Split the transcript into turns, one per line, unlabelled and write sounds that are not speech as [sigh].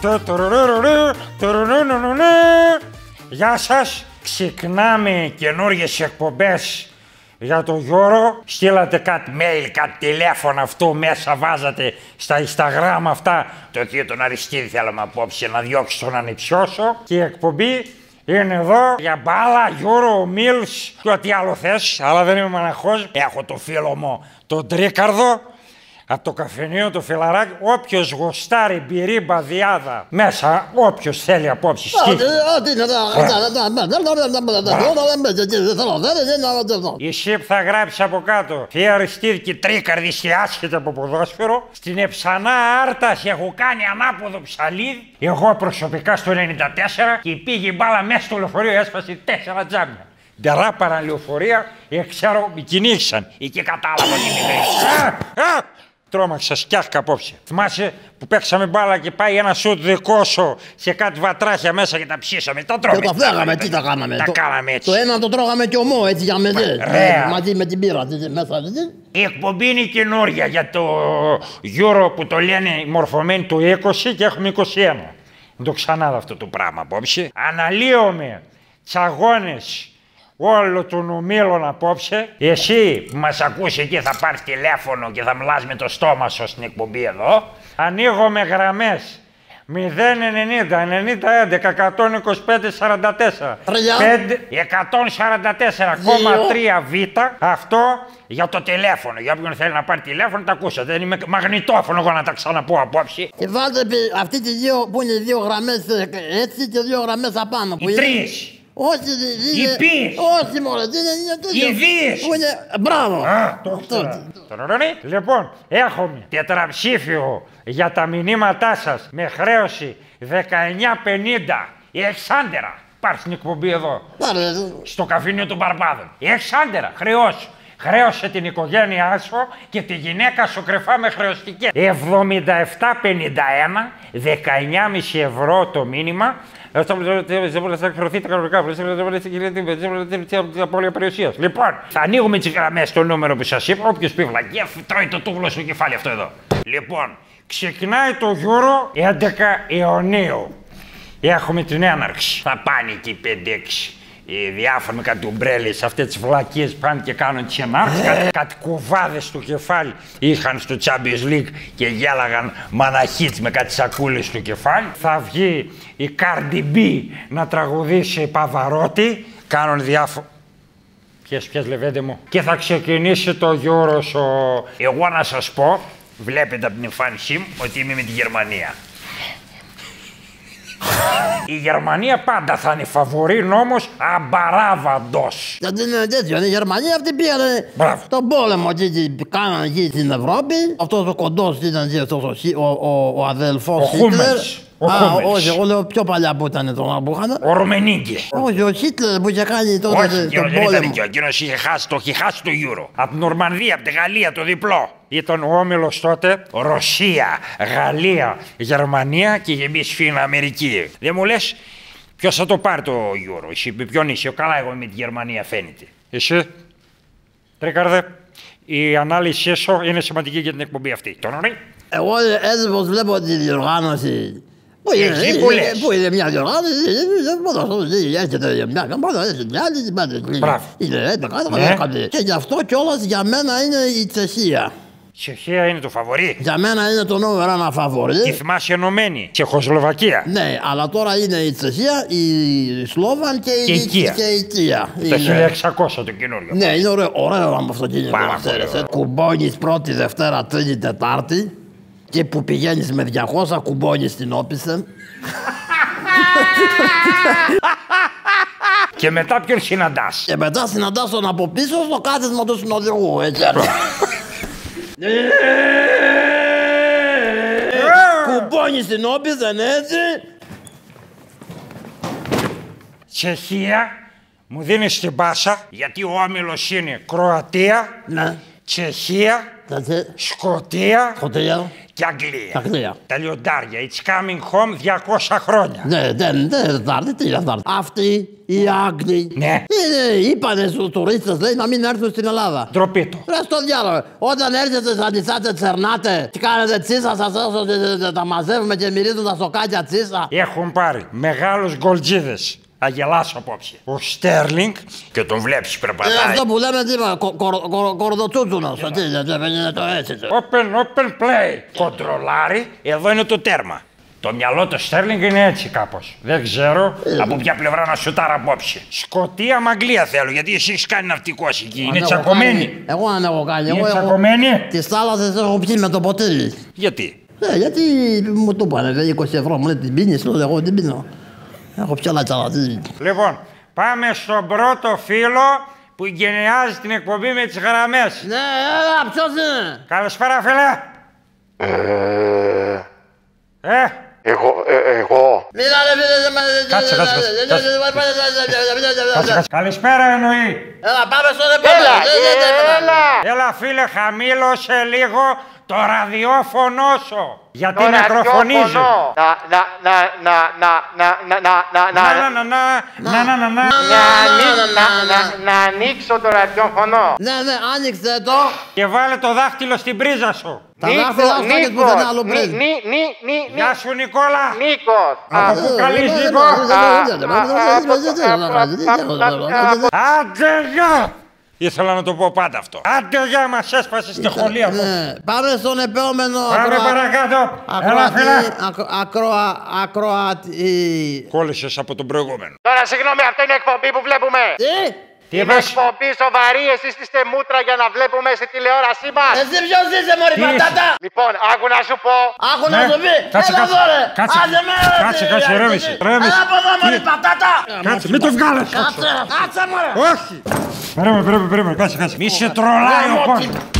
Του, τουρουρουρουρου, τουρουρουνουνουνου. Γεια σας, ξεκινάμε καινούργιες εκπομπές για τον Γιώρο. Στείλατε κάτι mail, κάτι τηλέφωνο αυτό μέσα βάζατε στα Instagram αυτά. Το εκεί τον Αριστίδη θέλω να απόψε να διώξει τον ανιψιώσω. Και η εκπομπή είναι εδώ για μπάλα, Γιώρο, ο Μίλς και ό,τι άλλο θες, αλλά δεν είμαι μοναχός. Έχω το φίλο μου τον Τρίκαρδο, από το καφενείο το φιλαράκι, όποιο γοστάρει μπυρίμπα διάδα μέσα, όποιο θέλει απόψη. σκύφτει. Η ΣΥΠ θα γράψει από κάτω. Φία Αριστίδικη τρίκαρδη και άσχετα από ποδόσφαιρο. Στην Εψανά Άρτα έχω κάνει ανάποδο ψαλίδι. Εγώ προσωπικά στο 94 και πήγε η μπάλα μέσα στο λεωφορείο, έσπασε τέσσερα τζάμια. Ντερά παραλεωφορεία, ε, ξέρω, με κυνήγησαν. Εκεί κατάλαβα τι είναι. Α, α, Τρώμαξα, σκιάχκα απόψε. Θυμάσαι που παίξαμε μπάλα και πάει ένα σουτ δικό σου σε κάτι βατράχια μέσα και τα ψήσαμε. Τα τρώμε.
Και τα φλέγαμε, τι τα κάναμε.
Τα
Το-
κάναμε έτσι.
Το ένα το τρώγαμε και ομό, έτσι για μεδέ.
Ωραία.
Μαζί με την πύρα τι- μέσα. τι- τι.
Η εκπομπή είναι καινούργια για το Euro που το λένε οι μορφωμένοι του 20 και έχουμε 21. Δεν το ξανά δω αυτό το πράγμα απόψε. Αναλύομαι τσαγώνες όλο των ομίλων απόψε. Εσύ που μας ακούς εκεί θα πάρεις τηλέφωνο και θα μιλάς με το στόμα σου στην εκπομπή εδώ. Ανοίγω με γραμμές 090-90-11-125-44
Τρία.
144,3 Β. Αυτό για το τηλέφωνο. Για όποιον θέλει να πάρει τηλέφωνο, τα ακούσατε. Δεν είμαι μαγνητόφωνο εγώ να τα ξαναπώ απόψε.
Και βάλτε πι- αυτή τη δύο που είναι δύο γραμμές ε, έτσι και δύο γραμμές απάνω. που
Οι
είναι-
τρεις.
Όχι, δεν
Οι
είναι.
πίες.
Όχι, μωρέ, δεν είναι τέτοιο.
Οι βίες.
Που είναι. Μπράβο.
Α, το
Αυτό.
ήξερα. Τωρωρωρί. Λοιπόν, έχουμε τετραψήφιο για τα μηνύματά σα με χρέωση 19,50. Η Εξάντερα. Πάρ στην εκπομπή εδώ.
Πάρε.
στο καφίνιο των Μπαρμπάδων. Έχεις άντερα, χρεώσου. Χρέωσε την οικογένειά σου και τη γυναίκα σου κρυφά με χρεωστικέ. 77,51, 19,5 ευρώ το μήνυμα. Ε, Αυτό που λέω, δεν μπορεί να εκφραστείτε κανονικά. Δεν μπορεί να την απώλεια περιουσία. Λοιπόν, θα ανοίγουμε τις γραμμές στο νούμερο που σας είπα. Όποιος πει βλακία, τρώει το τούβλο στο κεφάλι αυτό εδώ. Λοιπόν, ξεκινάει το γύρο 11 Ιουνίου. Έχουμε την έναρξη. Θα πάνε εκεί 5-6. Οι διάφοροι με κάτι ομπρέλες, αυτές τις βλακίες πάνε και κάνουν τι ενάρξει. κάτι, κάτι κουβάδες στο κεφάλι είχαν στο Champions League και γέλαγαν μαναχίτ με κάτι σακούλες στο κεφάλι. Θα βγει η Cardi B να τραγουδήσει Παβαρότη. Κάνουν διάφορα. Ποιες, ποιες λεβέντε μου. Και θα ξεκινήσει το Γιώρος ο... Εγώ να σας πω, βλέπετε από την εμφάνισή μου, ότι είμαι με τη Γερμανία. Η Γερμανία πάντα θα είναι φαβορή όμως αμπαράβαντος.
Γιατί είναι τέτοιο. είναι Η Γερμανία αυτή πήγανε
Μπράβο.
τον πόλεμο εκεί, τι κάνανε εκεί στην Ευρώπη. Αυτός ο κοντός ήταν εκεί, αυτός ο, Χι- ο, ο, ο αδελφό
Ο Χούμενς. Ο
Α,
Χούμενς.
όχι, εγώ λέω πιο παλιά που ήταν τον που είχαν.
Ο Ρωμενίγκη.
Όχι, ο Χίτλερ που είχε κάνει τότε
Όχι,
τον
εκείνος δεν ήταν
πόλεμο.
εκεί. Εκείνος είχε χάσει το, είχε χάσει το Euro. Από την Νορμανδία, από τη Γαλλία, το διπλό. Ήταν ο όμιλος τότε Ρωσία, Γαλλία, Γερμανία και εμεί φύνα Αμερική. Δεν μου λες ποιος θα το πάρει το Euro. Εσύ με ποιον είσαι. Καλά, εγώ με τη Γερμανία φαίνεται. Εσύ. Τρίκαρδε, η ανάλυση σου είναι σημαντική για την εκπομπή αυτή. Τον ωραία.
Εγώ έτσι πως βλέπω τη διοργάνωση. Πού είναι,
Εσύ που λες.
πού είναι μια διοργάνωση, ε, δεν μπορώ να σου έρχεται μια καμπάνα, έρχεται μια άλλη, την πάντα.
Μπράβο.
Είναι έντεκα, έντεκα,
Ναι.
έντεκα. Και γι' αυτό κιόλας για μένα είναι η Τσεχία.
Τσεχία είναι το φαβορή.
Για μένα είναι το νούμερο ένα
Τη
φαβορή.
θυμάσαι ενωμένη. Τσεχοσλοβακία.
Ναι, αλλά τώρα είναι η Τσεχία, η Σλόβαν και,
Και η Κία.
Και η Κία.
Το
Είναι-
1600 το καινούριο.
Ναι, είναι ωραίο, ωραίο να με αυτοκίνητο.
Πάρα
να ξέρεις,
πολύ
ε. Κουμπώνεις πρώτη, Δευτέρα, Τρίτη, Τετάρτη και που πηγαίνεις με 200 κουμπώνεις την όπισε.
Και μετά ποιον συναντάς.
Και μετά συναντάς τον από πίσω στο κάθισμα του συνοδηγού. Έτσι έρθει.
[laughs]
Κουμπώνει την όπη, δεν έτσι.
Τσεχία, μου δίνεις την πάσα, γιατί ο όμιλο είναι Κροατία,
Ναι.
Τσεχία,
Έτσι.
Σκοτία
Σκοτία.
και Αγγλία.
Αγγλία.
Τα λιοντάρια. It's coming home 200 χρόνια.
Ναι, δεν δεν θα έρθει, τι θα έρθει. Αυτοί οι Άγγλοι.
Ναι.
Ε, ε, Είπανε στους τουρίστες, λέει, να μην έρθουν στην Ελλάδα.
Ντροπή του.
Ρε στο διάλογο, όταν έρχεστε σαν νησάτε τσερνάτε, τι κάνετε τσίσα σας όσο ε, τα μαζεύουμε και μυρίζουν τα σοκάκια τσίσα.
Έχουν πάρει μεγάλους γκολτζίδες. Αγελάς απόψε. Ο Στέρλινγκ και τον βλέπεις
Ε,
περπατάει.
αυτό που λέμε τι είπα, κο- κορ- κορ- κορδοτσούτσουνος, τι είναι, τι είναι, είναι το έτσι. το.
Open, open play. Κοντρολάρι, εδώ είναι το τέρμα. Το μυαλό του Στέρλινγκ είναι έτσι κάπως. Δεν ξέρω από ποια πλευρά να σουτάρω απόψε. Σκοτία μαγκλία θέλω, γιατί εσύ έχεις κάνει ναυτικός εκεί. Είναι
Αν έχω
τσακωμένη.
κάνει- ναι, Εγώ αν έχω κάνει,
Είναι
εγώ έχω...
τσακωμένη.
Τις θάλασσες έχω πιει με το ποτήρι.
Γιατί.
Ναι, γιατί μου το είπανε, λέει 20 ευρώ, μου λέει την πίνεις, λέω εγώ την πίνω. Έχω πια άλλα τσαλατή.
Λοιπόν, πάμε στον πρώτο φίλο που γενεάζει την εκπομπή με τις γραμμές.
Ναι, έλα, ποιος είναι.
Καλησπέρα φίλε.
Ε,
Ε,
εγώ, ε, εγώ.
Μίλα ρε φίλε, δεν με-
Κάτσε, κάτσε, κάτσε, κάτσε. κάτσε, κάτσε. Καλησπέρα εννοεί.
Έλα, πάμε στον επόμενο.
Έλα,
Δεν- δεν- δεν- δεν-
έλα.
Έλα φίλε, χαμήλωσε λίγο το ραδιόφωνο σου. Γιατί
Τώρα
νεκροφωνίζει.
ραδιόφωνο. Να, να, να, να, να, να, να, να, να,
Να,
να,
να, να, να, να, να, να, να.
να, ανοί- να, να, να ανοίξω το ραδιόφωνο.
Ναι, ναι, άνοιξε το.
Και βάλε το δάχτυλο στην πρίζα σου.
Τα δάχτυλα αυτά και
Νίκος,
πουθενά άλλο
Νί-
πριν.
Νί- Νί- Νί- Νί-
Γεια σου Νικόλα.
Νίκος.
Από
Α,
πού καλείς Νίκο. Άντε γεια. Ήθελα να το πω πάντα αυτό. Άντε γεια μας έσπασες τη χολή μου.
Ναι, Πάμε στον επόμενο
Πάμε
ακροα-
παρακάτω. Έλα
ακροατή-
φίλε.
ακρο- ακροα- ακροατή.
Κόλλησες από τον προηγούμενο.
Τώρα συγγνώμη, αυτή είναι η εκπομπή που βλέπουμε.
Τι,
Τι
Είναι
είπες.
εκπομπή σοβαρή, εσείς είστε μούτρα για να βλέπουμε στη τηλεόρασή μας.
εσύ ποιος είσαι μωρή
Τι είσαι?
πατάτα.
Λοιπόν, άκου να σου πω.
Άκου
Ναι.
να σου πει,
Κάτσε,
έλα
κάτσε.
εδώ ρε.
Κάτσε.
Άντε με ρε.
Κάτσε,
τι,
κάτσε,
ρε,
ρέμισε,
τι.
ρέμισε.
Έλα από εδώ
Τι.
μωρή πατάτα.
Κάτσε, μην το βγάλεις.
Κάτσε, κάτσε μωρέ.
Όχι. Περίμενε, περίμενε, περίμενε. Κάτσε, κάτσε. Μη σε τρολάει ο κόσμος.